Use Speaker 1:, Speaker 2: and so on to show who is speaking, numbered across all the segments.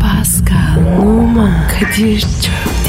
Speaker 1: Pascal, Oman, Kadir çok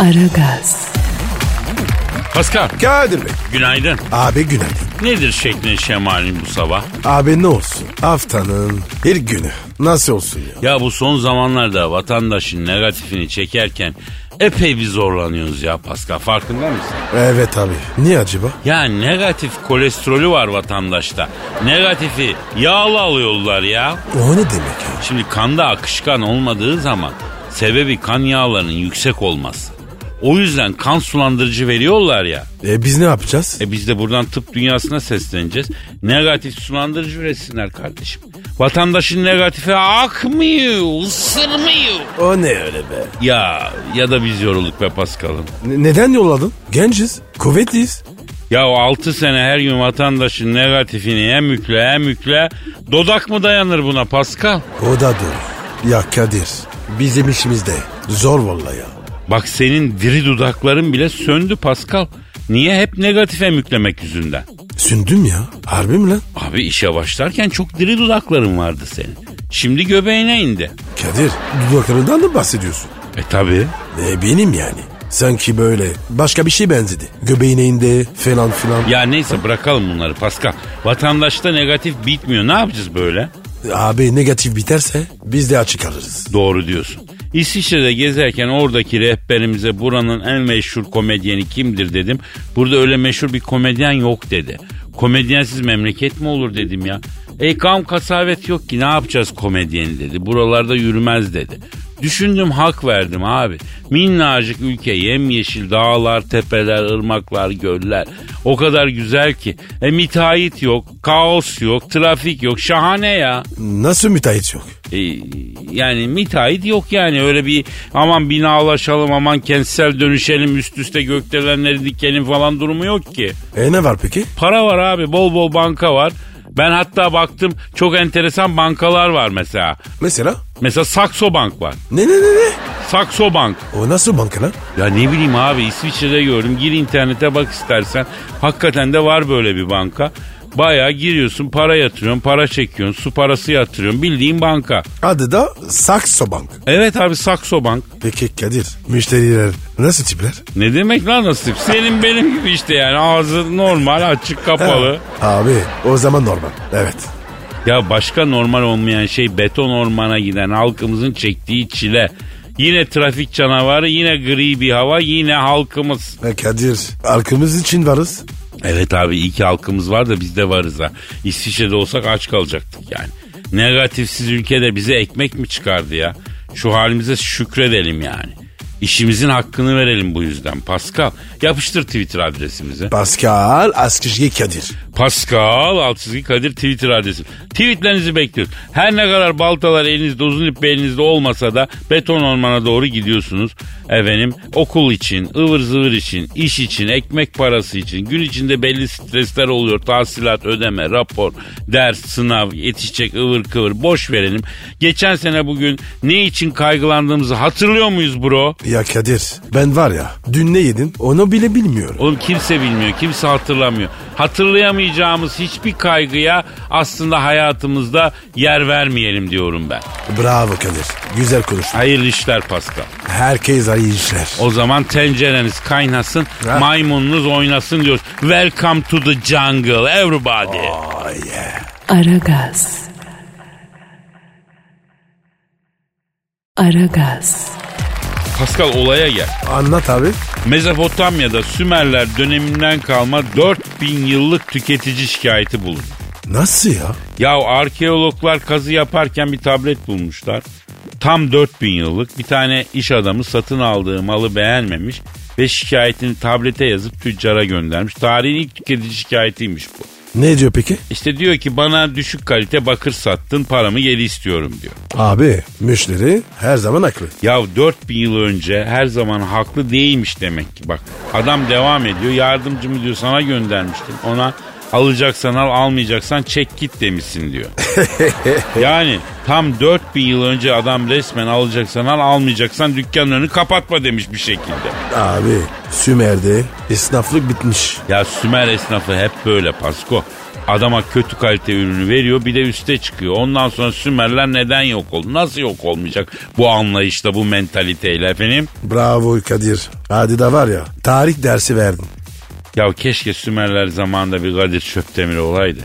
Speaker 1: Aragaz,
Speaker 2: Pascal.
Speaker 3: Kadir Bey.
Speaker 2: Günaydın.
Speaker 3: Abi günaydın.
Speaker 2: Nedir şeklin şemalin bu sabah?
Speaker 3: Abi ne olsun? Haftanın ilk günü. Nasıl olsun ya?
Speaker 2: Ya bu son zamanlarda vatandaşın negatifini çekerken epey bir zorlanıyoruz ya Pascal. Farkında mısın?
Speaker 3: Evet abi. Niye acaba?
Speaker 2: Ya negatif kolesterolü var vatandaşta. Negatifi yağlı alıyorlar ya.
Speaker 3: O ne demek ya?
Speaker 2: Şimdi kanda akışkan olmadığı zaman sebebi kan yağlarının yüksek olması. O yüzden kan sulandırıcı veriyorlar ya.
Speaker 3: E biz ne yapacağız?
Speaker 2: E biz de buradan tıp dünyasına sesleneceğiz. Negatif sulandırıcı üretsinler kardeşim. Vatandaşın negatifi akmıyor, ısırmıyor.
Speaker 3: O ne öyle be?
Speaker 2: Ya ya da biz yorulduk be Paskal'ım.
Speaker 3: Ne- neden yolladın? Genciz. Kuvvetliyiz.
Speaker 2: Ya 6 sene her gün vatandaşın negatifini hem yükle hem yükle. Dodak mı dayanır buna Paskal?
Speaker 3: O da doğru. Ya Kadir. Bizim işimizde. Zor vallahi ya.
Speaker 2: Bak senin diri dudakların bile söndü Paskal. Niye hep negatife müklemek yüzünden?
Speaker 3: Sündüm ya. Harbi mi lan?
Speaker 2: Abi işe başlarken çok diri dudakların vardı senin. Şimdi göbeğine indi.
Speaker 3: Kadir. Dudaklarından mı bahsediyorsun?
Speaker 2: E tabi.
Speaker 3: E benim yani. Sanki böyle başka bir şey benzedi. Göbeğine indi falan filan.
Speaker 2: Ya neyse bırakalım bunları Pascal. Vatandaşta negatif bitmiyor. Ne yapacağız böyle?
Speaker 3: Abi negatif biterse biz de açık alırız.
Speaker 2: Doğru diyorsun. İsviçre'de gezerken oradaki rehberimize buranın en meşhur komedyeni kimdir dedim. Burada öyle meşhur bir komedyen yok dedi. Komedyensiz memleket mi olur dedim ya. E kam kasavet yok ki ne yapacağız komedyeni dedi. Buralarda yürümez dedi. Düşündüm hak verdim abi. Minnacık ülke yemyeşil dağlar, tepeler, ırmaklar, göller. O kadar güzel ki. E müteahhit yok, kaos yok, trafik yok. Şahane ya.
Speaker 3: Nasıl müteahhit yok?
Speaker 2: E, yani müteahhit yok yani öyle bir aman binalaşalım aman kentsel dönüşelim üst üste gökdelenleri dikelim falan durumu yok ki.
Speaker 3: E ne var peki?
Speaker 2: Para var abi bol bol banka var. Ben hatta baktım çok enteresan bankalar var mesela.
Speaker 3: Mesela?
Speaker 2: Mesela Saxo Bank var.
Speaker 3: Ne ne ne ne?
Speaker 2: Saxo Bank.
Speaker 3: O nasıl banka lan?
Speaker 2: Ya ne bileyim abi İsviçre'de gördüm. Gir internete bak istersen. Hakikaten de var böyle bir banka. Bayağı giriyorsun para yatırıyorsun, para çekiyorsun, su parası yatırıyorsun. Bildiğin banka.
Speaker 3: Adı da Saxo Bank.
Speaker 2: Evet abi Saxo Bank.
Speaker 3: Peki Kadir, müşteriler nasıl tipler?
Speaker 2: Ne demek lan nasip? Senin benim gibi işte yani ağzı normal açık kapalı.
Speaker 3: Ha, Abi o zaman normal. Evet.
Speaker 2: Ya başka normal olmayan şey beton ormana giden halkımızın çektiği çile. Yine trafik canavarı, yine gri bir hava, yine halkımız.
Speaker 3: E, Kadir, halkımız için varız.
Speaker 2: Evet abi iyi ki halkımız var da biz de varız ha. İsviçre'de olsak aç kalacaktık yani. Negatifsiz ülkede bize ekmek mi çıkardı ya? Şu halimize şükredelim yani. İşimizin hakkını verelim bu yüzden Pascal. Yapıştır Twitter adresimizi.
Speaker 3: Pascal Askışgi Kadir.
Speaker 2: Pascal Altçizgi Kadir Twitter adresi. Tweetlerinizi bekliyoruz. Her ne kadar baltalar elinizde uzun ip elinizde olmasa da beton ormana doğru gidiyorsunuz. Efendim okul için, ıvır zıvır için, iş için, ekmek parası için, gün içinde belli stresler oluyor. Tahsilat, ödeme, rapor, ders, sınav, yetişecek ıvır kıvır boş verelim. Geçen sene bugün ne için kaygılandığımızı hatırlıyor muyuz bro?
Speaker 3: Ya Kadir, ben var ya dün ne yedim onu bile bilmiyorum.
Speaker 2: Oğlum kimse bilmiyor, kimse hatırlamıyor. Hatırlayamayacağımız hiçbir kaygıya aslında hayatımızda yer vermeyelim diyorum ben.
Speaker 3: Bravo Kadir, güzel konuştun.
Speaker 2: Hayırlı işler Pascal.
Speaker 3: Herkes iyi işler.
Speaker 2: O zaman tencereniz kaynasın,
Speaker 3: Ha.
Speaker 2: maymununuz oynasın diyoruz. Welcome to the jungle everybody.
Speaker 1: Aragaz. Aragaz,
Speaker 2: Pascal olaya gel.
Speaker 3: Anlat abi.
Speaker 2: Mezopotamya'da Sümerler döneminden kalma 4000 yıllık tüketici şikayeti bulundu.
Speaker 3: Nasıl ya?
Speaker 2: Ya arkeologlar kazı yaparken bir tablet bulmuşlar. Tam 4000 yıllık bir tane iş adamı satın aldığı malı beğenmemiş ve şikayetini tablete yazıp tüccara göndermiş. Tarihin ilk tüketici şikayetiymiş bu.
Speaker 3: Ne diyor peki?
Speaker 2: İşte diyor ki bana düşük kalite bakır sattın paramı geri istiyorum diyor.
Speaker 3: Abi müşteri her zaman haklı.
Speaker 2: Ya 4000 yıl önce her zaman haklı değilmiş demek ki bak. Adam devam ediyor yardımcımı diyor sana göndermiştim ona alacaksan al almayacaksan çek git demişsin diyor. yani tam 4000 yıl önce adam resmen alacaksan al almayacaksan dükkanlarını kapatma demiş bir şekilde.
Speaker 3: Abi Sümer'de esnaflık bitmiş.
Speaker 2: Ya Sümer esnafı hep böyle Pasko. Adama kötü kalite ürünü veriyor bir de üste çıkıyor. Ondan sonra Sümerler neden yok oldu? Nasıl yok olmayacak bu anlayışla bu mentaliteyle efendim?
Speaker 3: Bravo Kadir. Hadi da var ya tarih dersi verdin.
Speaker 2: Ya keşke Sümerler zamanında bir Kadir Çöptemir olaydı.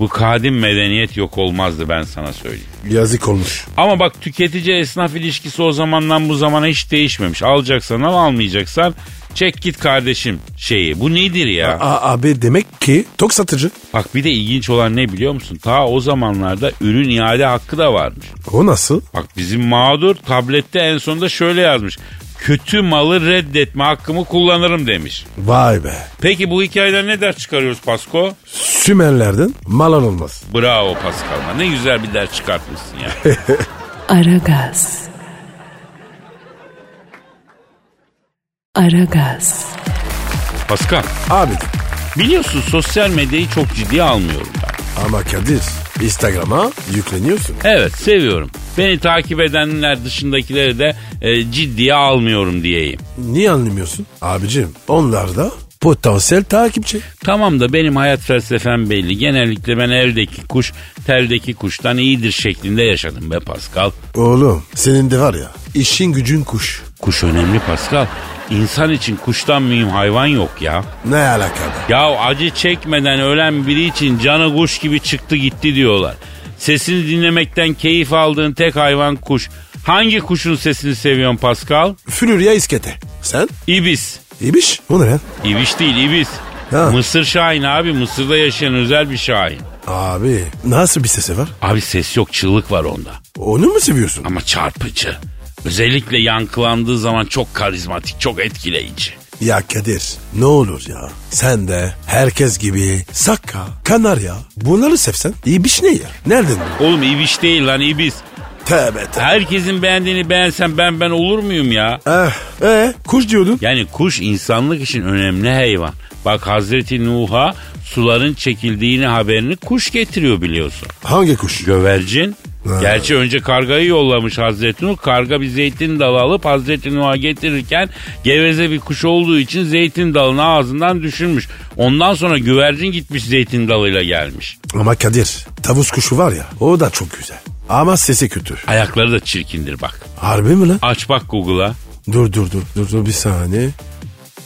Speaker 2: Bu kadim medeniyet yok olmazdı ben sana söyleyeyim.
Speaker 3: Yazık olmuş.
Speaker 2: Ama bak tüketici esnaf ilişkisi o zamandan bu zamana hiç değişmemiş. Alacaksan al almayacaksan çek git kardeşim şeyi. Bu nedir ya?
Speaker 3: A- abi demek ki tok satıcı.
Speaker 2: Bak bir de ilginç olan ne biliyor musun? Ta o zamanlarda ürün iade hakkı da varmış.
Speaker 3: O nasıl?
Speaker 2: Bak bizim mağdur tablette en sonunda şöyle yazmış. Kötü malı reddetme hakkımı kullanırım demiş.
Speaker 3: Vay be.
Speaker 2: Peki bu hikayeden ne ders çıkarıyoruz Pasko?
Speaker 3: Sümerlerden malan olmaz.
Speaker 2: Bravo Paskal'ma ne güzel bir ders çıkartmışsın ya.
Speaker 1: Aragaz. Aragaz.
Speaker 2: Paskal
Speaker 3: Abi de.
Speaker 2: biliyorsun sosyal medyayı çok ciddiye almıyorum ben.
Speaker 3: ama Kadir Instagram'a yükleniyorsun.
Speaker 2: Evet seviyorum. Beni takip edenler dışındakileri de e, ciddiye almıyorum diyeyim.
Speaker 3: Niye anlamıyorsun? Abicim onlar da potansiyel takipçi.
Speaker 2: Tamam da benim hayat felsefem belli. Genellikle ben evdeki kuş teldeki kuştan iyidir şeklinde yaşadım be Pascal.
Speaker 3: Oğlum senin de var ya işin gücün kuş.
Speaker 2: Kuş önemli Pascal. İnsan için kuştan mühim hayvan yok ya.
Speaker 3: Ne alaka be?
Speaker 2: Ya acı çekmeden ölen biri için canı kuş gibi çıktı gitti diyorlar. Sesini dinlemekten keyif aldığın tek hayvan kuş. Hangi kuşun sesini seviyorsun Pascal?
Speaker 3: Fülür ya iskete. Sen?
Speaker 2: İbis.
Speaker 3: İyiymiş. O ne lan?
Speaker 2: İbiş değil ibis.
Speaker 3: Ha.
Speaker 2: Mısır şahini abi Mısır'da yaşayan özel bir şahin.
Speaker 3: Abi nasıl bir sesi var?
Speaker 2: Abi ses yok çığlık var onda.
Speaker 3: Onu mu seviyorsun?
Speaker 2: ama çarpıcı. Özellikle yankılandığı zaman çok karizmatik, çok etkileyici.
Speaker 3: Ya Kadir ne olur ya. Sen de herkes gibi sakka, kanarya bunları sevsen iyi bir şey ne ya? Nereden bu?
Speaker 2: Oğlum ibiş değil lan ibis.
Speaker 3: Tövbe tövbe.
Speaker 2: Herkesin beğendiğini beğensem ben ben olur muyum ya?
Speaker 3: Eh, eh, kuş diyordun.
Speaker 2: Yani kuş insanlık için önemli hayvan. Bak Hazreti Nuh'a suların çekildiğini haberini kuş getiriyor biliyorsun.
Speaker 3: Hangi kuş?
Speaker 2: Gövercin.
Speaker 3: Ha.
Speaker 2: Gerçi önce kargayı yollamış Hazreti Nuh. Karga bir zeytin dalı alıp Hazreti Nuh'a getirirken geveze bir kuş olduğu için zeytin dalını ağzından düşürmüş. Ondan sonra güvercin gitmiş zeytin dalıyla gelmiş.
Speaker 3: Ama Kadir tavus kuşu var ya o da çok güzel. Ama sesi kötü.
Speaker 2: Ayakları da çirkindir bak.
Speaker 3: Harbi mi lan?
Speaker 2: Aç bak Google'a.
Speaker 3: Dur dur dur dur dur bir saniye.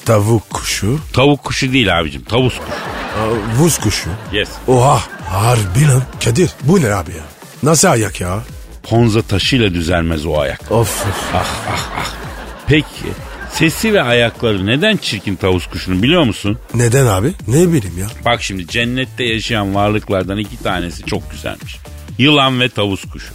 Speaker 3: Tavuk kuşu,
Speaker 2: Tavuk kuşu değil abicim. Tavus kuşu.
Speaker 3: aa, vuz kuşu.
Speaker 2: Yes.
Speaker 3: Oha harbi lan. Kadir bu ne abi ya? Nasıl ayak ya?
Speaker 2: Ponza taşıyla düzelmez o ayak.
Speaker 3: Of of.
Speaker 2: Peki sesi ve ayakları neden çirkin tavus kuşunun biliyor musun?
Speaker 3: Neden abi? Ne bileyim ya.
Speaker 2: Bak şimdi cennette yaşayan varlıklardan iki tanesi çok güzelmiş. Yılan ve tavus kuşu.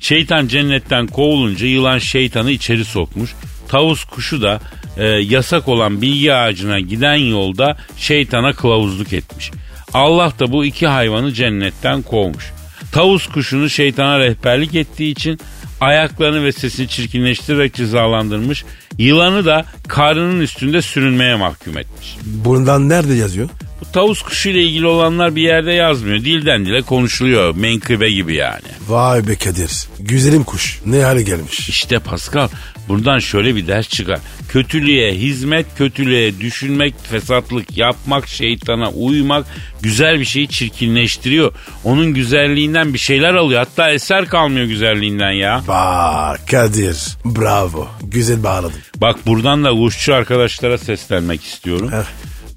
Speaker 2: Şeytan cennetten kovulunca yılan şeytanı içeri sokmuş. Tavus kuşu da e, yasak olan bilgi ağacına giden yolda şeytana kılavuzluk etmiş. Allah da bu iki hayvanı cennetten kovmuş. Tavus kuşunu şeytana rehberlik ettiği için ayaklarını ve sesini çirkinleştirerek cezalandırmış. Yılanı da karnının üstünde sürünmeye mahkum etmiş.
Speaker 3: Bundan nerede yazıyor?
Speaker 2: Bu tavus kuşuyla ilgili olanlar bir yerde yazmıyor. Dilden dile konuşuluyor. Menkıbe gibi yani.
Speaker 3: Vay be Kadir. Güzelim kuş. Ne hale gelmiş.
Speaker 2: İşte Pascal buradan şöyle bir ders çıkar. Kötülüğe hizmet, kötülüğe düşünmek, fesatlık yapmak, şeytana uymak güzel bir şeyi çirkinleştiriyor. Onun güzelliğinden bir şeyler alıyor. Hatta eser kalmıyor güzelliğinden ya.
Speaker 3: Vay Kadir. Bravo. Güzel bağladın.
Speaker 2: Bak buradan da kuşçu arkadaşlara seslenmek istiyorum.
Speaker 3: Heh.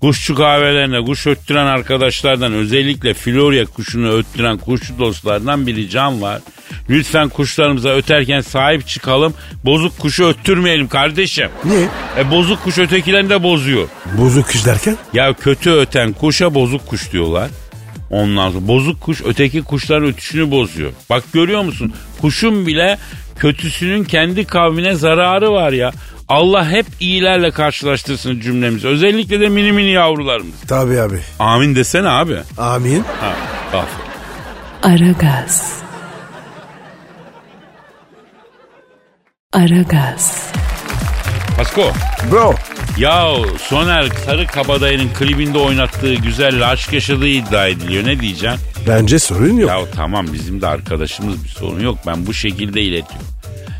Speaker 2: Kuşçu kahvelerine kuş öttüren arkadaşlardan özellikle Florya kuşunu öttüren kuşçu dostlardan bir ricam var. Lütfen kuşlarımıza öterken sahip çıkalım. Bozuk kuşu öttürmeyelim kardeşim.
Speaker 3: Niye?
Speaker 2: E bozuk kuş ötekilerini de bozuyor.
Speaker 3: Bozuk kuş derken?
Speaker 2: Ya kötü öten kuşa bozuk kuş diyorlar. Ondan sonra bozuk kuş öteki kuşların ötüşünü bozuyor. Bak görüyor musun? Kuşun bile kötüsünün kendi kavmine zararı var ya. Allah hep iyilerle karşılaştırsın cümlemizi. Özellikle de mini mini yavrularımız.
Speaker 3: Tabii abi.
Speaker 2: Amin desene abi.
Speaker 3: Amin.
Speaker 2: Ha, bak.
Speaker 1: Aragaz. Aragaz.
Speaker 2: Pasko.
Speaker 3: Bro.
Speaker 2: Ya Soner Sarı Kabadayı'nın klibinde oynattığı güzelle aşk yaşadığı iddia ediliyor. Ne diyeceksin?
Speaker 3: Bence sorun yok.
Speaker 2: Ya tamam bizim de arkadaşımız bir sorun yok. Ben bu şekilde iletiyorum.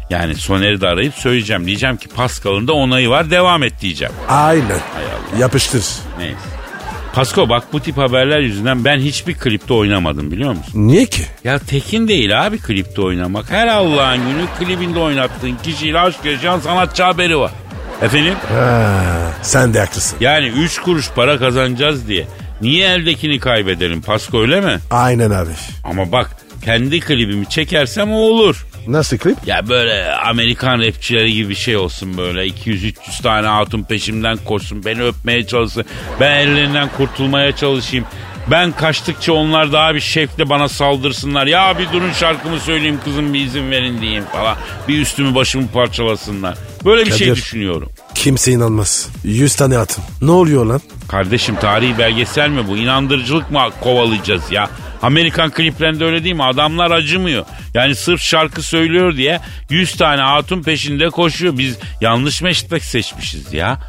Speaker 2: Yani Soner'i de arayıp söyleyeceğim. Diyeceğim ki Pascal'ın da onayı var devam et diyeceğim.
Speaker 3: Aynen.
Speaker 2: Allah.
Speaker 3: Yapıştır.
Speaker 2: Neyse. Pasko bak bu tip haberler yüzünden ben hiçbir klipte oynamadım biliyor musun?
Speaker 3: Niye ki?
Speaker 2: Ya tekin değil abi klipte oynamak. Her Allah'ın günü klibinde oynattığın kişiyle aşk yaşayan sanatçı haberi var. Efendim?
Speaker 3: Ha, sen de haklısın.
Speaker 2: Yani üç kuruş para kazanacağız diye. Niye eldekini kaybedelim Pasko öyle mi?
Speaker 3: Aynen abi.
Speaker 2: Ama bak kendi klibimi çekersem o olur.
Speaker 3: Nasıl klip?
Speaker 2: Ya böyle Amerikan rapçileri gibi bir şey olsun böyle. 200-300 tane hatun peşimden koşsun. Beni öpmeye çalışsın. Ben ellerinden kurtulmaya çalışayım. Ben kaçtıkça onlar daha bir şevkle bana saldırsınlar. Ya bir durun şarkımı söyleyeyim kızım bir izin verin diyeyim falan. Bir üstümü başımı parçalasınlar. Böyle bir şey
Speaker 3: Kadir.
Speaker 2: düşünüyorum.
Speaker 3: Kimse inanmaz. 100 tane atın. Ne oluyor lan?
Speaker 2: Kardeşim tarihi belgesel mi bu? İnandırıcılık mı kovalayacağız ya? Amerikan kliplerinde öyle değil mi? Adamlar acımıyor. Yani sırf şarkı söylüyor diye 100 tane hatun peşinde koşuyor. Biz yanlış meslek seçmişiz ya.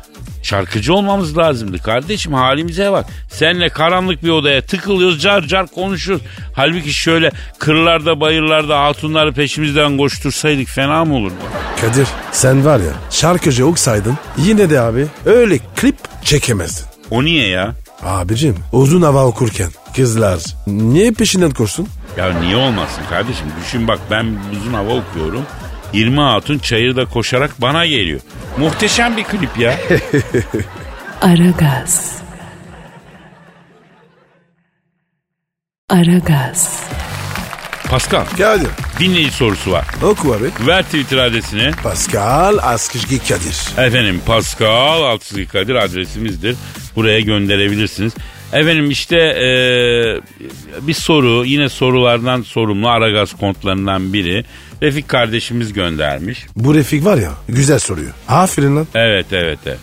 Speaker 2: Şarkıcı olmamız lazımdı kardeşim halimize bak. Senle karanlık bir odaya tıkılıyoruz car car konuşuyoruz. Halbuki şöyle kırlarda bayırlarda hatunları peşimizden koştursaydık fena mı olurdu?
Speaker 3: Kadir sen var ya şarkıcı oksaydın yine de abi öyle klip çekemezdin.
Speaker 2: O niye ya?
Speaker 3: Abicim uzun hava okurken kızlar niye peşinden koşsun?
Speaker 2: Ya niye olmasın kardeşim? Düşün bak ben uzun hava okuyorum. 20 hatun çayırda koşarak bana geliyor. Muhteşem bir klip ya.
Speaker 1: Aragaz. Aragaz.
Speaker 2: Pascal
Speaker 3: Kadir
Speaker 2: dinleyici sorusu var.
Speaker 3: oku abi.
Speaker 2: Ver Twitter adresini.
Speaker 3: Pascal Askışki Kadir.
Speaker 2: Efendim Pascal Altçizgi Kadir adresimizdir. Buraya gönderebilirsiniz. Efendim işte eee, bir soru yine sorulardan sorumlu Aragaz kontlarından biri. Refik kardeşimiz göndermiş.
Speaker 3: Bu Refik var ya güzel soruyor. Aferin lan.
Speaker 2: Evet evet evet.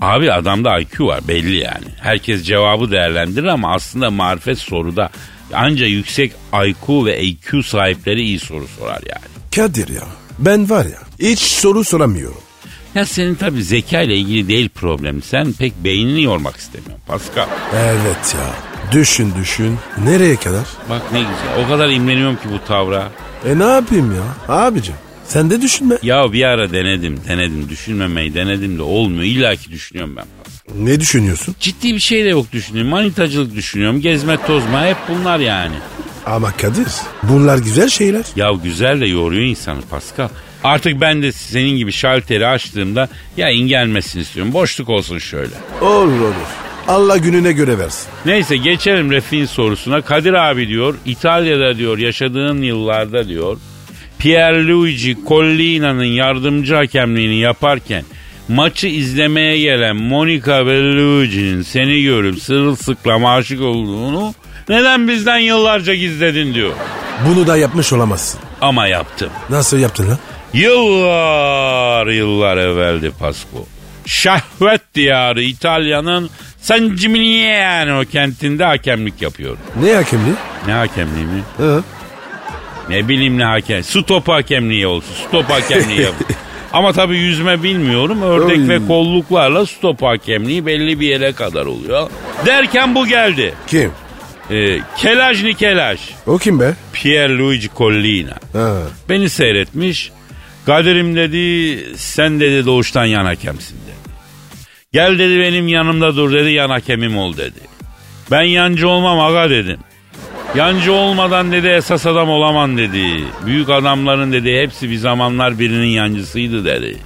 Speaker 2: Abi adamda IQ var belli yani. Herkes cevabı değerlendirir ama aslında marifet soruda. Anca yüksek IQ ve EQ sahipleri iyi soru sorar yani.
Speaker 3: Kadir ya ben var ya hiç soru soramıyorum.
Speaker 2: Ya senin tabii zeka ile ilgili değil problem. Sen pek beynini yormak istemiyorsun Pascal.
Speaker 3: Evet ya düşün düşün nereye kadar?
Speaker 2: Bak ne güzel. O kadar imreniyorum ki bu tavra.
Speaker 3: E ne yapayım ya abicim sen de düşünme.
Speaker 2: Ya bir ara denedim, denedim. Düşünmemeyi denedim de olmuyor. İlla ki düşünüyorum ben.
Speaker 3: Ne düşünüyorsun?
Speaker 2: Ciddi bir şey de yok düşünüyorum. Manitacılık düşünüyorum. Gezme tozma hep bunlar yani.
Speaker 3: Ama Kadir bunlar güzel şeyler.
Speaker 2: Ya güzel de yoruyor insanı Pascal. Artık ben de senin gibi şalteri açtığımda yayın gelmesini istiyorum. Boşluk olsun şöyle.
Speaker 3: Olur olur. Allah gününe göre versin.
Speaker 2: Neyse geçelim Refik'in sorusuna. Kadir abi diyor İtalya'da diyor yaşadığın yıllarda diyor Pierluigi Collina'nın yardımcı hakemliğini yaparken maçı izlemeye gelen Monica Bellucci'nin seni görüp sırılsıklam aşık olduğunu neden bizden yıllarca gizledin diyor.
Speaker 3: Bunu da yapmış olamazsın.
Speaker 2: Ama yaptım.
Speaker 3: Nasıl yaptın lan?
Speaker 2: Yıllar yıllar evveldi Pasko. Şehvet diyarı İtalya'nın San Gimignano kentinde hakemlik yapıyorum.
Speaker 3: Ne hakemliği?
Speaker 2: Ne hakemliği mi?
Speaker 3: Hı?
Speaker 2: Ne bileyim ne hakem. Su topu hakemliği olsun. Su topu hakemliği yapıyorum. Ama tabii yüzme bilmiyorum. Ördek
Speaker 3: Oy.
Speaker 2: ve kolluklarla su topu hakemliği belli bir yere kadar oluyor. Derken bu geldi.
Speaker 3: Kim?
Speaker 2: Ee, kelaj ni kelaj.
Speaker 3: O kim be?
Speaker 2: Pierluigi Collina.
Speaker 3: Ha.
Speaker 2: Beni seyretmiş. Kadir'im dedi sen dedi doğuştan yan hakemsin dedi. Gel dedi benim yanımda dur dedi yan hakemim ol dedi. Ben yancı olmam aga dedim. Yancı olmadan dedi esas adam olaman dedi. Büyük adamların dedi hepsi bir zamanlar birinin yancısıydı dedi.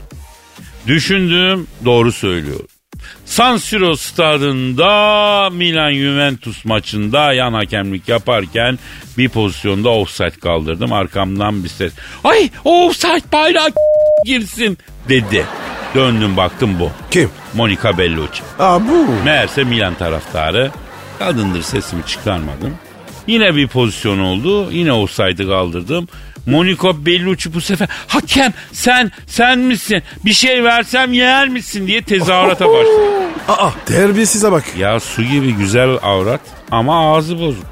Speaker 2: Düşündüm doğru söylüyor. San Siro stadında Milan Juventus maçında yan hakemlik yaparken bir pozisyonda offside kaldırdım. Arkamdan bir ses. Ay o offside bayrağı girsin dedi. Döndüm baktım bu.
Speaker 3: Kim?
Speaker 2: Monica Bellucci.
Speaker 3: Aa bu.
Speaker 2: Meğerse Milan taraftarı. Kadındır sesimi çıkarmadım. Yine bir pozisyon oldu. Yine offside'ı kaldırdım. Monica Bellucci bu sefer hakem sen sen misin bir şey versem yer misin diye tezahürata başladı.
Speaker 3: Aa terbiyesize bak.
Speaker 2: Ya su gibi güzel avrat ama ağzı bozuk.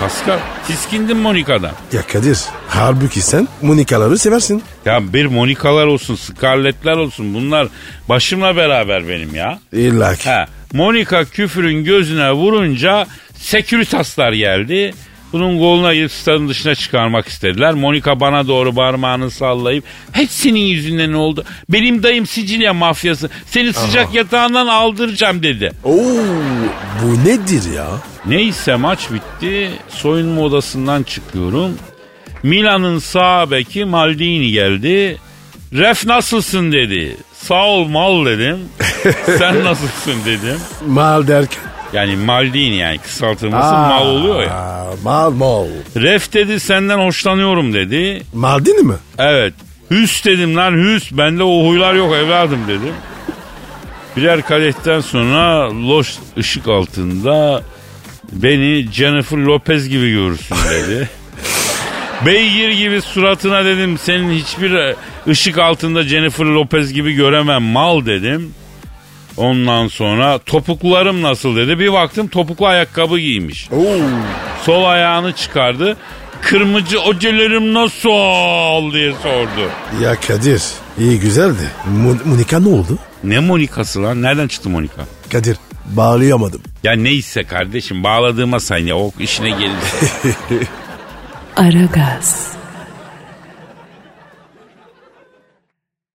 Speaker 2: Pascal tiskindim Monika'dan.
Speaker 3: Ya Kadir halbuki sen Monikaları seversin.
Speaker 2: Ya bir Monikalar olsun, Scarlett'ler olsun bunlar başımla beraber benim ya.
Speaker 3: İlla ki.
Speaker 2: Ha, Monika küfürün gözüne vurunca Securitaslar geldi. Bunun golüne girip stadın dışına çıkarmak istediler. Monika bana doğru parmağını sallayıp hepsinin yüzünden ne oldu? Benim dayım Sicilya mafyası. Seni sıcak yatağından aldıracağım dedi.
Speaker 3: Oo, bu nedir ya?
Speaker 2: Neyse maç bitti. Soyunma odasından çıkıyorum. Milan'ın sağ beki Maldini geldi. Ref nasılsın dedi. Sağ ol mal dedim. Sen nasılsın dedim.
Speaker 3: Mal derken.
Speaker 2: Yani Maldini yani kısaltılması
Speaker 3: Aa,
Speaker 2: mal oluyor ya.
Speaker 3: Mal mal.
Speaker 2: Ref dedi senden hoşlanıyorum dedi.
Speaker 3: Mal değil mi?
Speaker 2: Evet. Hüs dedim lan hüs. Bende o huylar yok evladım dedim. Birer kadehten sonra loş ışık altında beni Jennifer Lopez gibi görürsün dedi. Beygir gibi suratına dedim senin hiçbir e, ışık altında Jennifer Lopez gibi göremem mal dedim. Ondan sonra topuklarım nasıl dedi. Bir baktım topuklu ayakkabı giymiş. Sol ayağını çıkardı. Kırmızı ocelerim nasıl diye sordu.
Speaker 3: Ya Kadir iyi güzeldi. Mon- Monika ne oldu?
Speaker 2: Ne Monika'sı lan? Nereden çıktı Monika?
Speaker 3: Kadir bağlayamadım.
Speaker 2: Ya neyse kardeşim bağladığıma sen ya o işine gelirse.
Speaker 1: Aragaz.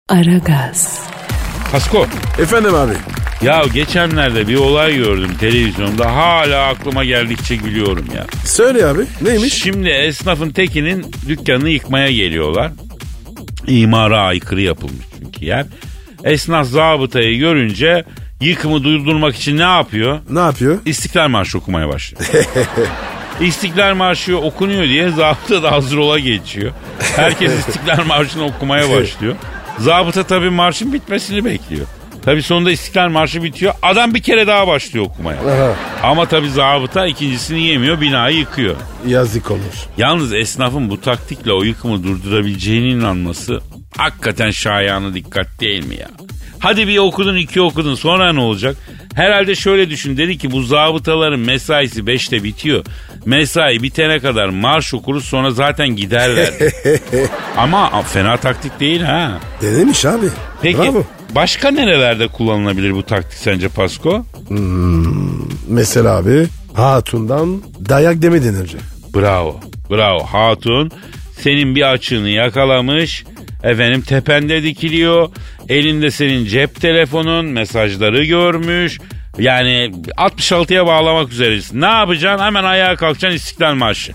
Speaker 1: Aragaz.
Speaker 2: Pasko
Speaker 3: Efendim abi.
Speaker 2: ya geçenlerde bir olay gördüm televizyonda hala aklıma geldikçe gülüyorum ya.
Speaker 3: Söyle abi neymiş?
Speaker 2: Şimdi esnafın tekinin dükkanını yıkmaya geliyorlar. İmara aykırı yapılmış çünkü yer. Esnaf zabıtayı görünce yıkımı durdurmak için ne yapıyor?
Speaker 3: Ne yapıyor?
Speaker 2: İstiklal Marşı okumaya başlıyor. İstiklal Marşı okunuyor diye zabıta da hazır ola geçiyor. Herkes İstiklal Marşı'nı okumaya başlıyor. Zabıta tabii marşın bitmesini bekliyor. Tabii sonunda İstiklal Marşı bitiyor. Adam bir kere daha başlıyor okumaya.
Speaker 3: Aha.
Speaker 2: Ama tabii zabıta ikincisini yemiyor binayı yıkıyor.
Speaker 3: Yazık olur.
Speaker 2: Yalnız esnafın bu taktikle o yıkımı durdurabileceğine inanması hakikaten şayanı dikkat değil mi ya? Hadi bir okudun iki okudun sonra ne olacak? Herhalde şöyle düşün dedi ki bu zabıtaların mesaisi beşte bitiyor. Mesai bitene kadar marş okuruz sonra zaten giderler. Ama fena taktik değil ha.
Speaker 3: Denemiş abi.
Speaker 2: Peki
Speaker 3: Bravo.
Speaker 2: başka nerelerde kullanılabilir bu taktik sence Pasko?
Speaker 3: Mesela abi hatundan dayak deme denirce.
Speaker 2: Bravo. Bravo hatun. Senin bir açığını yakalamış. Efendim tepende dikiliyor. Elinde senin cep telefonun mesajları görmüş. Yani 66'ya bağlamak üzeresin. Ne yapacaksın? Hemen ayağa kalkacaksın İstiklal Marşı.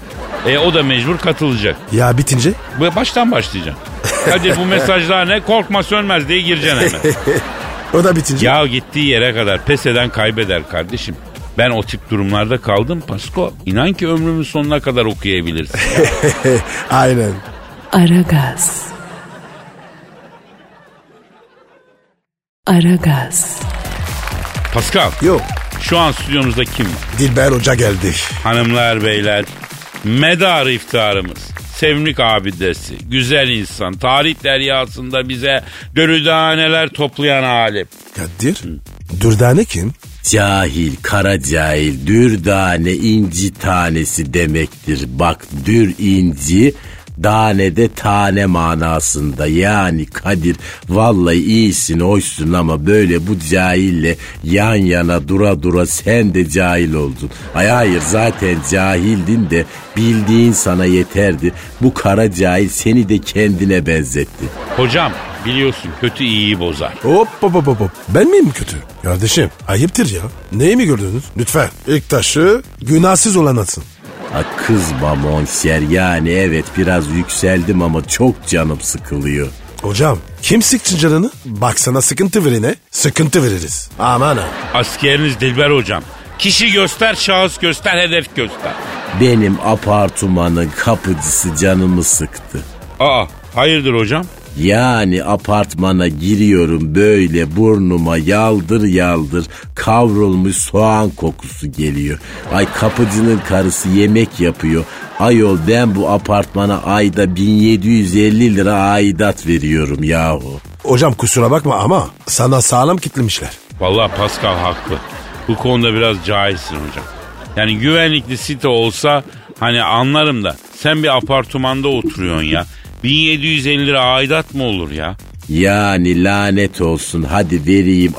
Speaker 2: E o da mecbur katılacak.
Speaker 3: Ya bitince?
Speaker 2: Bu- Baştan başlayacaksın. Hadi bu mesajlar ne? Korkma sönmez diye gireceksin hemen.
Speaker 3: O da bitince.
Speaker 2: Ya gittiği yere kadar pes eden kaybeder kardeşim. Ben o tip durumlarda kaldım Pasko. İnan ki ömrümün sonuna kadar okuyabilirsin.
Speaker 3: Aynen.
Speaker 1: Aragaz. Aragaz.
Speaker 2: Pascal
Speaker 3: Yok.
Speaker 2: şu an stüdyomuzda kim var?
Speaker 3: Dilber Hoca geldi.
Speaker 2: Hanımlar beyler medar iftarımız. Sevimlik abidesi, güzel insan, tarih deryasında bize dörüdaneler toplayan alim.
Speaker 3: Kadir. Dürdane kim?
Speaker 4: Cahil, kara cahil, dürdane, inci tanesi demektir. Bak dür inci, tane de tane manasında. Yani Kadir vallahi iyisin hoşsun ama böyle bu cahille yan yana dura dura sen de cahil oldun. Ay hayır zaten cahildin de bildiğin sana yeterdi. Bu kara cahil seni de kendine benzetti.
Speaker 2: Hocam biliyorsun kötü iyiyi bozar.
Speaker 3: Hop hop hop hop. Ben miyim kötü? Kardeşim ayıptır ya. Neyi mi gördünüz? Lütfen. İlk taşı günahsız olan atsın.
Speaker 4: Ha kızma monser yani evet biraz yükseldim ama çok canım sıkılıyor.
Speaker 3: Hocam kim sıktı canını? Baksana sıkıntı verene sıkıntı veririz. Aman ha.
Speaker 2: Askeriniz Dilber hocam. Kişi göster, şahıs göster, hedef göster.
Speaker 4: Benim apartmanın kapıcısı canımı sıktı.
Speaker 2: Aa hayırdır hocam?
Speaker 4: Yani apartmana giriyorum böyle burnuma yaldır yaldır kavrulmuş soğan kokusu geliyor. Ay kapıcının karısı yemek yapıyor. Ayol ben bu apartmana ayda 1750 lira aidat veriyorum yahu.
Speaker 3: Hocam kusura bakma ama sana sağlam kitlemişler.
Speaker 2: Vallahi Pascal haklı. Bu konuda biraz cahilsin hocam. Yani güvenlikli site olsa hani anlarım da sen bir apartmanda oturuyorsun ya. 1750 lira aidat mı olur ya?
Speaker 4: Yani lanet olsun hadi vereyim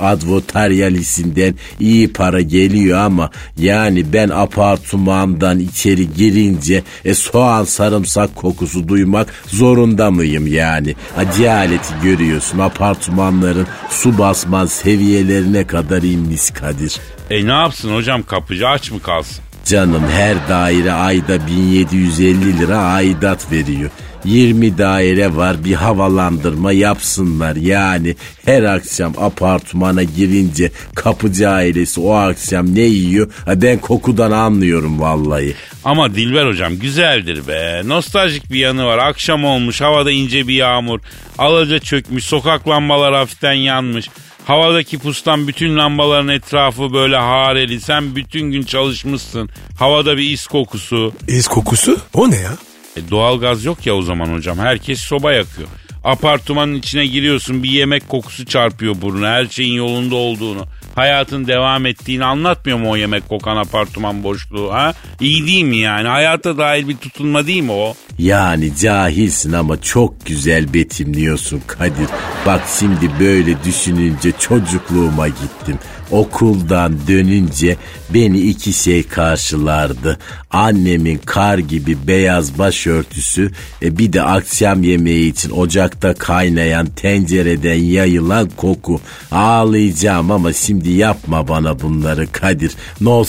Speaker 4: advotaryalisinden iyi para geliyor ama yani ben apartmandan içeri girince e, soğan sarımsak kokusu duymak zorunda mıyım yani? Acaleti görüyorsun apartmanların su basman seviyelerine kadar inmiş Kadir.
Speaker 2: E ne yapsın hocam kapıcı aç mı kalsın?
Speaker 4: Canım her daire ayda 1750 lira aidat veriyor. 20 daire var bir havalandırma yapsınlar. Yani her akşam apartmana girince kapıcı ailesi o akşam ne yiyor? Ha ben kokudan anlıyorum vallahi.
Speaker 2: Ama Dilber hocam güzeldir be. Nostaljik bir yanı var. Akşam olmuş havada ince bir yağmur. Alaca çökmüş sokak lambaları hafiften yanmış. Havadaki pustan bütün lambaların etrafı böyle hareli. Sen bütün gün çalışmışsın. Havada bir is kokusu.
Speaker 3: İz kokusu? O ne ya?
Speaker 2: E, doğalgaz yok ya o zaman hocam. Herkes soba yakıyor. Apartmanın içine giriyorsun bir yemek kokusu çarpıyor burnuna. Her şeyin yolunda olduğunu, hayatın devam ettiğini anlatmıyor mu o yemek kokan apartman boşluğu ha? İyi değil mi yani? Hayata dair bir tutunma değil mi o?
Speaker 4: Yani cahilsin ama çok güzel betimliyorsun Kadir. Bak şimdi böyle düşününce çocukluğuma gittim. Okuldan dönünce beni iki şey karşılardı. Annemin kar gibi beyaz başörtüsü e, bir de akşam yemeği için ocakta kaynayan tencereden yayılan koku. Ağlayacağım ama şimdi yapma bana bunları Kadir.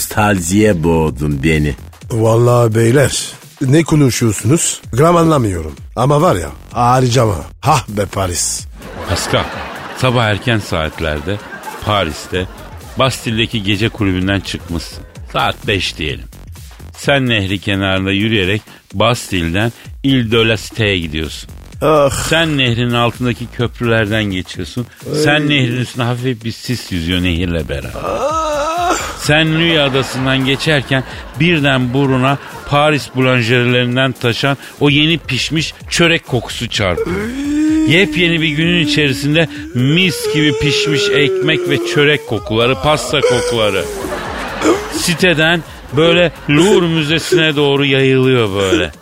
Speaker 4: Nostaljiye boğdun beni.
Speaker 3: Vallahi beyler ne konuşuyorsunuz? Gram anlamıyorum. Ama var ya ağlayacağım ha. Hah be Paris.
Speaker 2: Pascal, sabah erken saatlerde Paris'te Bastille'deki gece kulübünden çıkmışsın. Saat 5 diyelim. Sen nehri kenarında yürüyerek Bastille'den Ile de la Cité'ye gidiyorsun.
Speaker 3: Ah
Speaker 2: Sen nehrin altındaki köprülerden geçiyorsun. Sen nehrin üstüne hafif bir sis yüzüyor nehirle beraber. Sen Nüy adasından geçerken birden buruna Paris boulangerilerinden taşan o yeni pişmiş çörek kokusu çarpıyor. Yepyeni bir günün içerisinde mis gibi pişmiş ekmek ve çörek kokuları, pasta kokuları. Siteden böyle Louvre Müzesi'ne doğru yayılıyor böyle.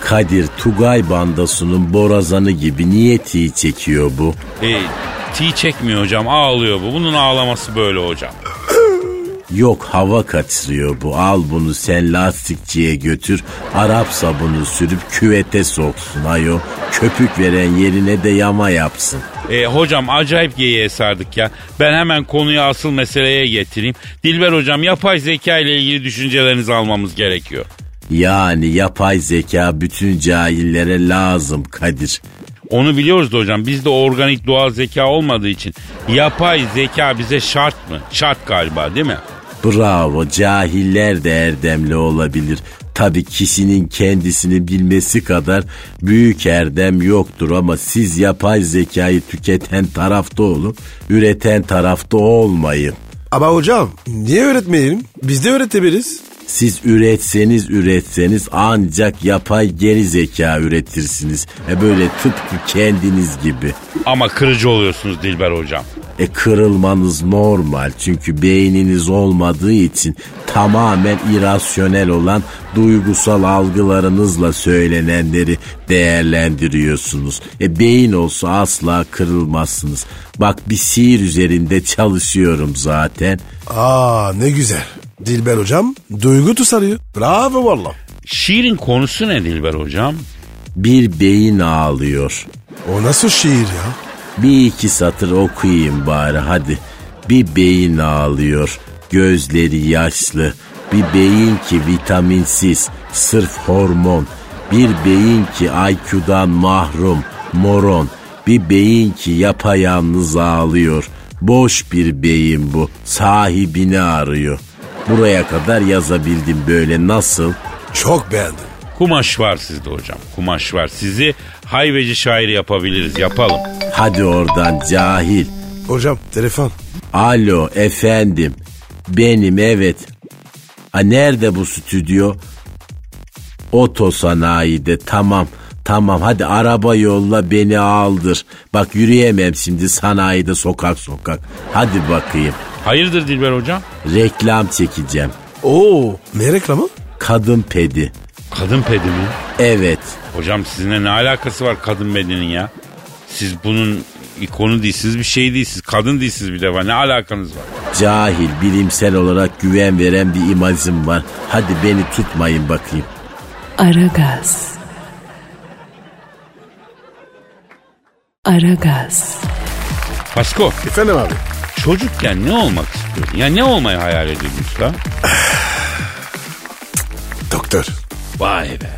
Speaker 4: Kadir Tugay bandosunun borazanı gibi niyeti çekiyor bu.
Speaker 2: E, tiy çekmiyor hocam ağlıyor bu. Bunun ağlaması böyle hocam.
Speaker 4: Yok hava kaçırıyor bu. Al bunu sen lastikçiye götür. Arap sabunu sürüp küvete soksun ayo. Köpük veren yerine de yama yapsın.
Speaker 2: E, hocam acayip geyiğe sardık ya. Ben hemen konuyu asıl meseleye getireyim. Dilber hocam yapay zeka ile ilgili düşüncelerinizi almamız gerekiyor.
Speaker 4: Yani yapay zeka bütün cahillere lazım Kadir.
Speaker 2: Onu biliyoruz da hocam bizde organik doğal zeka olmadığı için yapay zeka bize şart mı? Şart galiba değil mi?
Speaker 4: Bravo cahiller de erdemli olabilir. Tabi kişinin kendisini bilmesi kadar büyük erdem yoktur ama siz yapay zekayı tüketen tarafta olun, üreten tarafta olmayın.
Speaker 3: ama hocam niye öğretmeyelim? Biz de öğretebiliriz.
Speaker 4: Siz üretseniz üretseniz ancak yapay geri zeka üretirsiniz. E böyle tıpkı kendiniz gibi.
Speaker 2: Ama kırıcı oluyorsunuz Dilber hocam.
Speaker 4: E kırılmanız normal çünkü beyniniz olmadığı için tamamen irasyonel olan duygusal algılarınızla söylenenleri değerlendiriyorsunuz. E beyin olsa asla kırılmazsınız. Bak bir şiir üzerinde çalışıyorum zaten.
Speaker 3: Aa ne güzel. Dilber hocam duygu tusarıyor. Bravo valla.
Speaker 2: Şiirin konusu ne Dilber hocam?
Speaker 4: Bir beyin ağlıyor.
Speaker 3: O nasıl şiir ya?
Speaker 4: Bir iki satır okuyayım bari hadi. Bir beyin ağlıyor, gözleri yaşlı. Bir beyin ki vitaminsiz, sırf hormon. Bir beyin ki IQ'dan mahrum, moron. Bir beyin ki yapayalnız ağlıyor. Boş bir beyin bu, sahibini arıyor. Buraya kadar yazabildim böyle nasıl?
Speaker 3: Çok beğendim.
Speaker 2: Kumaş var sizde hocam. Kumaş var. Sizi hayveci şairi yapabiliriz. Yapalım.
Speaker 4: Hadi oradan cahil.
Speaker 3: Hocam telefon.
Speaker 4: Alo efendim. Benim evet. Ha nerede bu stüdyo? Oto sanayide tamam. Tamam hadi araba yolla beni aldır. Bak yürüyemem şimdi sanayide sokak sokak. Hadi bakayım.
Speaker 2: Hayırdır Dilber hocam?
Speaker 4: Reklam çekeceğim.
Speaker 3: Oo ne reklamı?
Speaker 4: Kadın pedi.
Speaker 2: Kadın pedi mi?
Speaker 4: Evet.
Speaker 2: Hocam sizinle ne alakası var kadın bedinin ya? Siz bunun ikonu değilsiniz bir şey değilsiniz. Kadın değilsiniz bir defa. Ne alakanız var?
Speaker 4: Cahil, bilimsel olarak güven veren bir imajım var. Hadi beni tutmayın bakayım.
Speaker 1: Aragaz. Aragaz.
Speaker 2: Pasko
Speaker 3: Efendim abi.
Speaker 2: çocukken ne olmak istiyordun? Ya ne olmayı hayal ediyordun usta?
Speaker 3: Doktor.
Speaker 2: Vay be.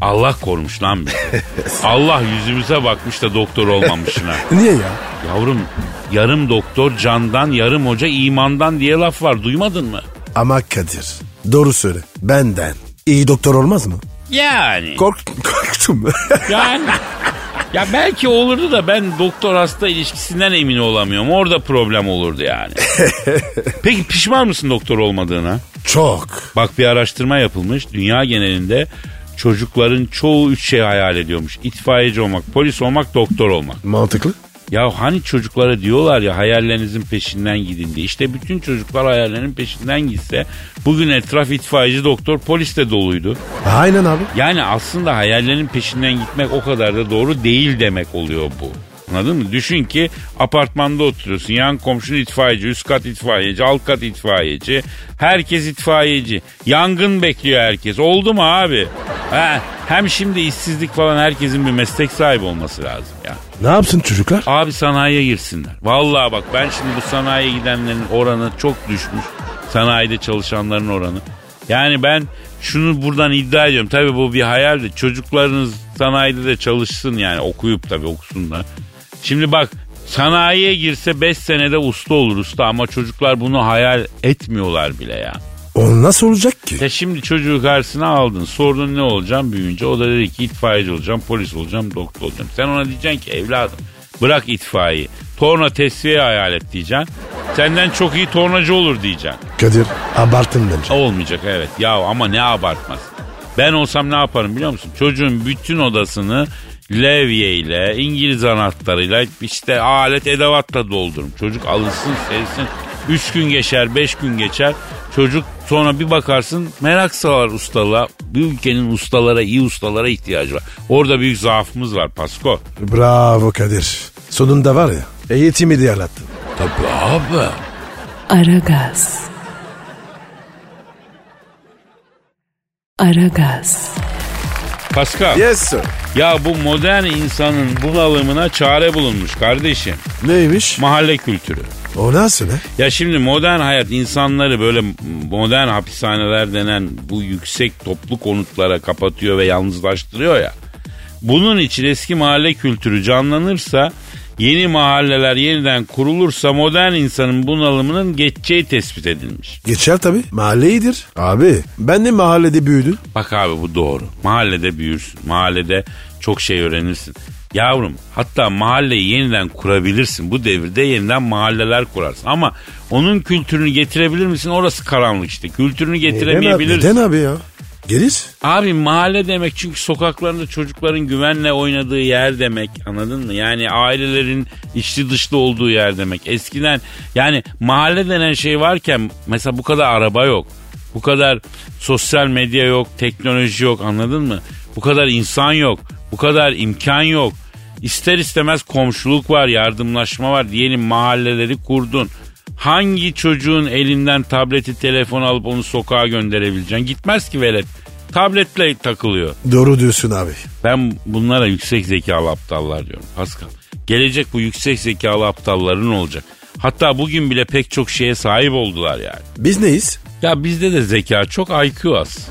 Speaker 2: Allah korumuş lan bizi. Allah yüzümüze bakmış da doktor olmamışına.
Speaker 3: Niye ya?
Speaker 2: Yavrum yarım doktor candan yarım hoca imandan diye laf var duymadın mı?
Speaker 3: Ama Kadir. Doğru söyle. Benden. iyi doktor olmaz mı?
Speaker 2: Yani.
Speaker 3: Kork korktum.
Speaker 2: Yani. Ya belki olurdu da ben doktor hasta ilişkisinden emin olamıyorum. Orada problem olurdu yani. Peki pişman mısın doktor olmadığına?
Speaker 3: Çok.
Speaker 2: Bak bir araştırma yapılmış. Dünya genelinde çocukların çoğu üç şey hayal ediyormuş. İtfaiyeci olmak, polis olmak, doktor olmak.
Speaker 3: Mantıklı.
Speaker 2: Ya hani çocuklara diyorlar ya hayallerinizin peşinden gidin diye. İşte bütün çocuklar hayallerinin peşinden gitse bugün etraf itfaiyeci, doktor, polis de doluydu.
Speaker 3: Aynen abi.
Speaker 2: Yani aslında hayallerin peşinden gitmek o kadar da doğru değil demek oluyor bu. Anladın mı? Düşün ki apartmanda oturuyorsun. Yan komşun itfaiyeci, üst kat itfaiyeci, alt kat itfaiyeci. Herkes itfaiyeci. Yangın bekliyor herkes. Oldu mu abi? He, hem şimdi işsizlik falan herkesin bir meslek sahibi olması lazım ya.
Speaker 3: Ne yapsın çocuklar?
Speaker 2: Abi sanayiye girsinler. Vallahi bak ben şimdi bu sanayiye gidenlerin oranı çok düşmüş. Sanayide çalışanların oranı. Yani ben şunu buradan iddia ediyorum. Tabii bu bir hayal de çocuklarınız sanayide de çalışsın yani okuyup tabii okusunlar. Şimdi bak sanayiye girse 5 senede usta olur usta ama çocuklar bunu hayal etmiyorlar bile ya.
Speaker 3: O nasıl olacak ki?
Speaker 2: Ya şimdi çocuğu karşısına aldın. Sordun ne olacağım büyüyünce. O da dedi ki itfaiyeci olacağım, polis olacağım, doktor olacağım. Sen ona diyeceksin ki evladım bırak itfaiyi. Torna tesviye hayal et diyeceksin. Senden çok iyi tornacı olur diyeceksin.
Speaker 3: Kadir abartın bence.
Speaker 2: Olmayacak evet. Ya ama ne abartmaz. Ben olsam ne yaparım biliyor musun? Çocuğun bütün odasını levye ile, İngiliz anahtarıyla işte alet edevatla doldururum. Çocuk alışsın, sevsin. Üç gün geçer, beş gün geçer. Çocuk sonra bir bakarsın merak salar ustalığa. Bir ülkenin ustalara, iyi ustalara ihtiyacı var. Orada büyük zaafımız var Pasko.
Speaker 3: Bravo Kadir. Sonunda var ya eğitimi de yarattın.
Speaker 2: Tabii abi.
Speaker 1: Aragaz. Aragaz.
Speaker 2: Pascal,
Speaker 3: Yes sir.
Speaker 2: ya bu modern insanın bunalımına çare bulunmuş kardeşim.
Speaker 3: Neymiş?
Speaker 2: Mahalle kültürü.
Speaker 3: O nasıl be?
Speaker 2: Ya şimdi modern hayat insanları böyle modern hapishaneler denen bu yüksek toplu konutlara kapatıyor ve yalnızlaştırıyor ya. Bunun için eski mahalle kültürü canlanırsa yeni mahalleler yeniden kurulursa modern insanın bunalımının geçeceği tespit edilmiş.
Speaker 3: Geçer tabi. Mahalle iyidir. Abi ben de mahallede büyüdüm.
Speaker 2: Bak abi bu doğru. Mahallede büyürsün. Mahallede çok şey öğrenirsin. Yavrum hatta mahalleyi yeniden kurabilirsin. Bu devirde yeniden mahalleler kurarsın. Ama onun kültürünü getirebilir misin? Orası karanlık işte. Kültürünü
Speaker 3: abi,
Speaker 2: getiremeyebilirsin.
Speaker 3: neden abi ya? Gelir.
Speaker 2: Abi mahalle demek çünkü sokaklarında çocukların güvenle oynadığı yer demek anladın mı? Yani ailelerin içli dışlı olduğu yer demek. Eskiden yani mahalle denen şey varken mesela bu kadar araba yok. Bu kadar sosyal medya yok, teknoloji yok anladın mı? Bu kadar insan yok, bu kadar imkan yok. İster istemez komşuluk var, yardımlaşma var. Diyelim mahalleleri kurdun. Hangi çocuğun elinden tableti, telefon alıp onu sokağa gönderebileceksin? Gitmez ki velet. Tabletle takılıyor.
Speaker 3: Doğru diyorsun abi.
Speaker 2: Ben bunlara yüksek zekalı aptallar diyorum Pascal. Gelecek bu yüksek zekalı aptalların olacak. Hatta bugün bile pek çok şeye sahip oldular yani.
Speaker 3: Biz neyiz?
Speaker 2: Ya bizde de zeka çok IQ az.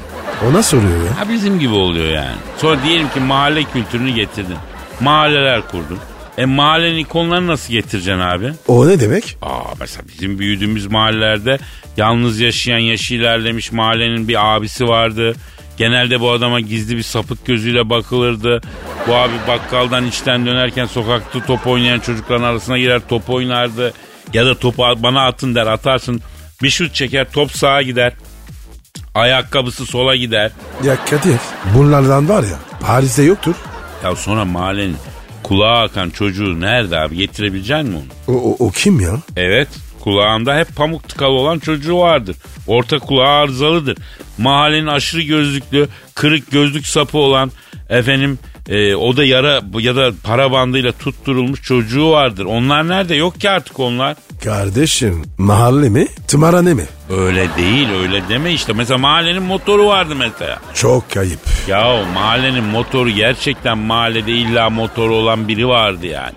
Speaker 3: O nasıl oluyor ya?
Speaker 2: Ha bizim gibi oluyor yani. Sonra diyelim ki mahalle kültürünü getirdin. Mahalleler kurdun. E mahallenin ikonlarını nasıl getireceksin abi?
Speaker 3: O ne demek?
Speaker 2: Aa mesela bizim büyüdüğümüz mahallelerde yalnız yaşayan yaşı ilerlemiş mahallenin bir abisi vardı. Genelde bu adama gizli bir sapık gözüyle bakılırdı. Bu abi bakkaldan içten dönerken sokakta top oynayan çocukların arasına girer top oynardı. Ya da topu at- bana atın der atarsın. Bir şut çeker top sağa gider. Ayakkabısı sola gider.
Speaker 3: Ya Kadir bunlardan var ya Paris'te yoktur.
Speaker 2: Ya sonra mahallenin kulağa akan çocuğu nerede abi getirebilecek mi onu?
Speaker 3: O, o, o kim ya?
Speaker 2: Evet kulağında hep pamuk tıkalı olan çocuğu vardır. Orta kulağı arızalıdır. Mahallenin aşırı gözlüklü, kırık gözlük sapı olan efendim e, o da yara ya da para bandıyla tutturulmuş çocuğu vardır. Onlar nerede? Yok ki artık onlar.
Speaker 3: Kardeşim mahalle mi? Tımarhane mi?
Speaker 2: Öyle değil öyle deme işte. Mesela mahallenin motoru vardı mesela.
Speaker 3: Çok ayıp.
Speaker 2: Ya mahallenin motoru gerçekten mahallede illa motoru olan biri vardı yani.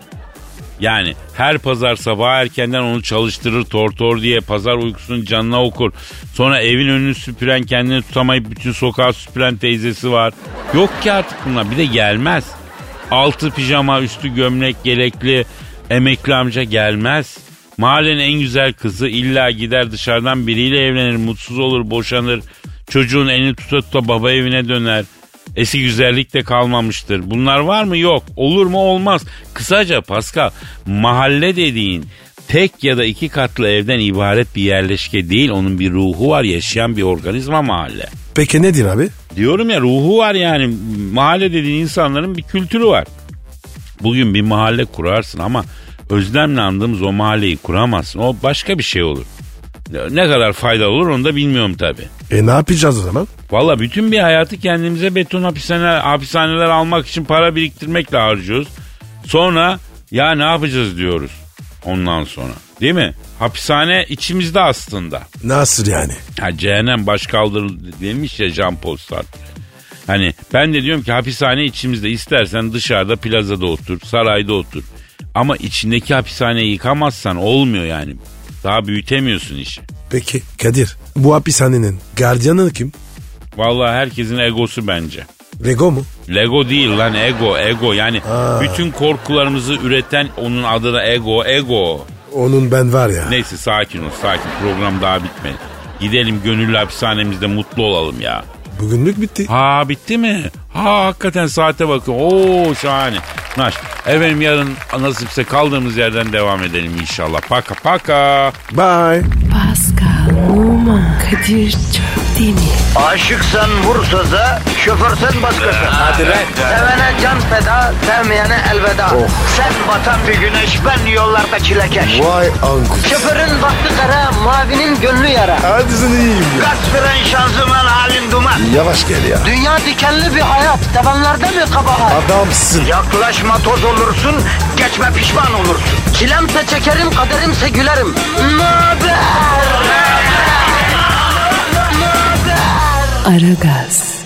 Speaker 2: Yani her pazar sabah erkenden onu çalıştırır tortor diye pazar uykusunun canına okur. Sonra evin önünü süpüren kendini tutamayıp bütün sokağı süpüren teyzesi var. Yok ki artık bunlar bir de gelmez. Altı pijama üstü gömlek gerekli emekli amca gelmez. Mahallenin en güzel kızı illa gider dışarıdan biriyle evlenir mutsuz olur boşanır. Çocuğun elini tuta tuta baba evine döner. Eski güzellik de kalmamıştır. Bunlar var mı? Yok. Olur mu? Olmaz. Kısaca Pascal, mahalle dediğin tek ya da iki katlı evden ibaret bir yerleşke değil. Onun bir ruhu var, yaşayan bir organizma mahalle.
Speaker 3: Peki nedir abi?
Speaker 2: Diyorum ya ruhu var yani. Mahalle dediğin insanların bir kültürü var. Bugün bir mahalle kurarsın ama özlemle andığımız o mahalleyi kuramazsın. O başka bir şey olur. Ne kadar faydalı olur onu da bilmiyorum tabii.
Speaker 3: E ne yapacağız o zaman?
Speaker 2: Valla bütün bir hayatı kendimize beton hapishaneler, hapishaneler almak için para biriktirmekle harcıyoruz. Sonra ya ne yapacağız diyoruz ondan sonra. Değil mi? Hapishane içimizde aslında.
Speaker 3: Nasıl yani?
Speaker 2: Ha, cehennem baş kaldırıldı demiş ya Jean Paul Sartre. Hani ben de diyorum ki hapishane içimizde istersen dışarıda plazada otur, sarayda otur. Ama içindeki hapishaneyi yıkamazsan olmuyor yani. Daha büyütemiyorsun işi.
Speaker 3: Peki Kadir bu hapishanenin gardiyanı kim?
Speaker 2: Vallahi herkesin egosu bence.
Speaker 3: Lego mu?
Speaker 2: Lego değil lan ego ego yani bütün korkularımızı üreten onun adı da ego ego.
Speaker 3: Onun ben var ya.
Speaker 2: Neyse sakin ol sakin program daha bitmedi. Gidelim gönüllü hapishanemizde mutlu olalım ya.
Speaker 3: Bugünlük bitti.
Speaker 2: Ha bitti mi? Ha hakikaten saate bakın. Oo şahane. Naş. Efendim yarın nasipse kaldığımız yerden devam edelim inşallah. Paka paka.
Speaker 3: Bye.
Speaker 1: Pascal, Oman, Kadir çok değil mi?
Speaker 5: Aşıksan vursa da, şoförsen başkasın. Hadi Sevene can feda, sevmeyene elveda. Sen batan bir güneş, ben yollarda çilekeş.
Speaker 3: Vay anku.
Speaker 5: Şoförün baktı kara, mavinin gönlü yara.
Speaker 3: Hadi sen iyiyim ya.
Speaker 5: Kasperen şanzıman halin duman.
Speaker 3: Yavaş gel ya.
Speaker 5: Dünya dikenli bir hayat, sevenlerde mi kabahar?
Speaker 3: Adamsın.
Speaker 5: Yaklaşma toz olursun, geçme pişman olursun. Çilemse çekerim, kaderimse gülerim. Möber!
Speaker 1: Aragaz.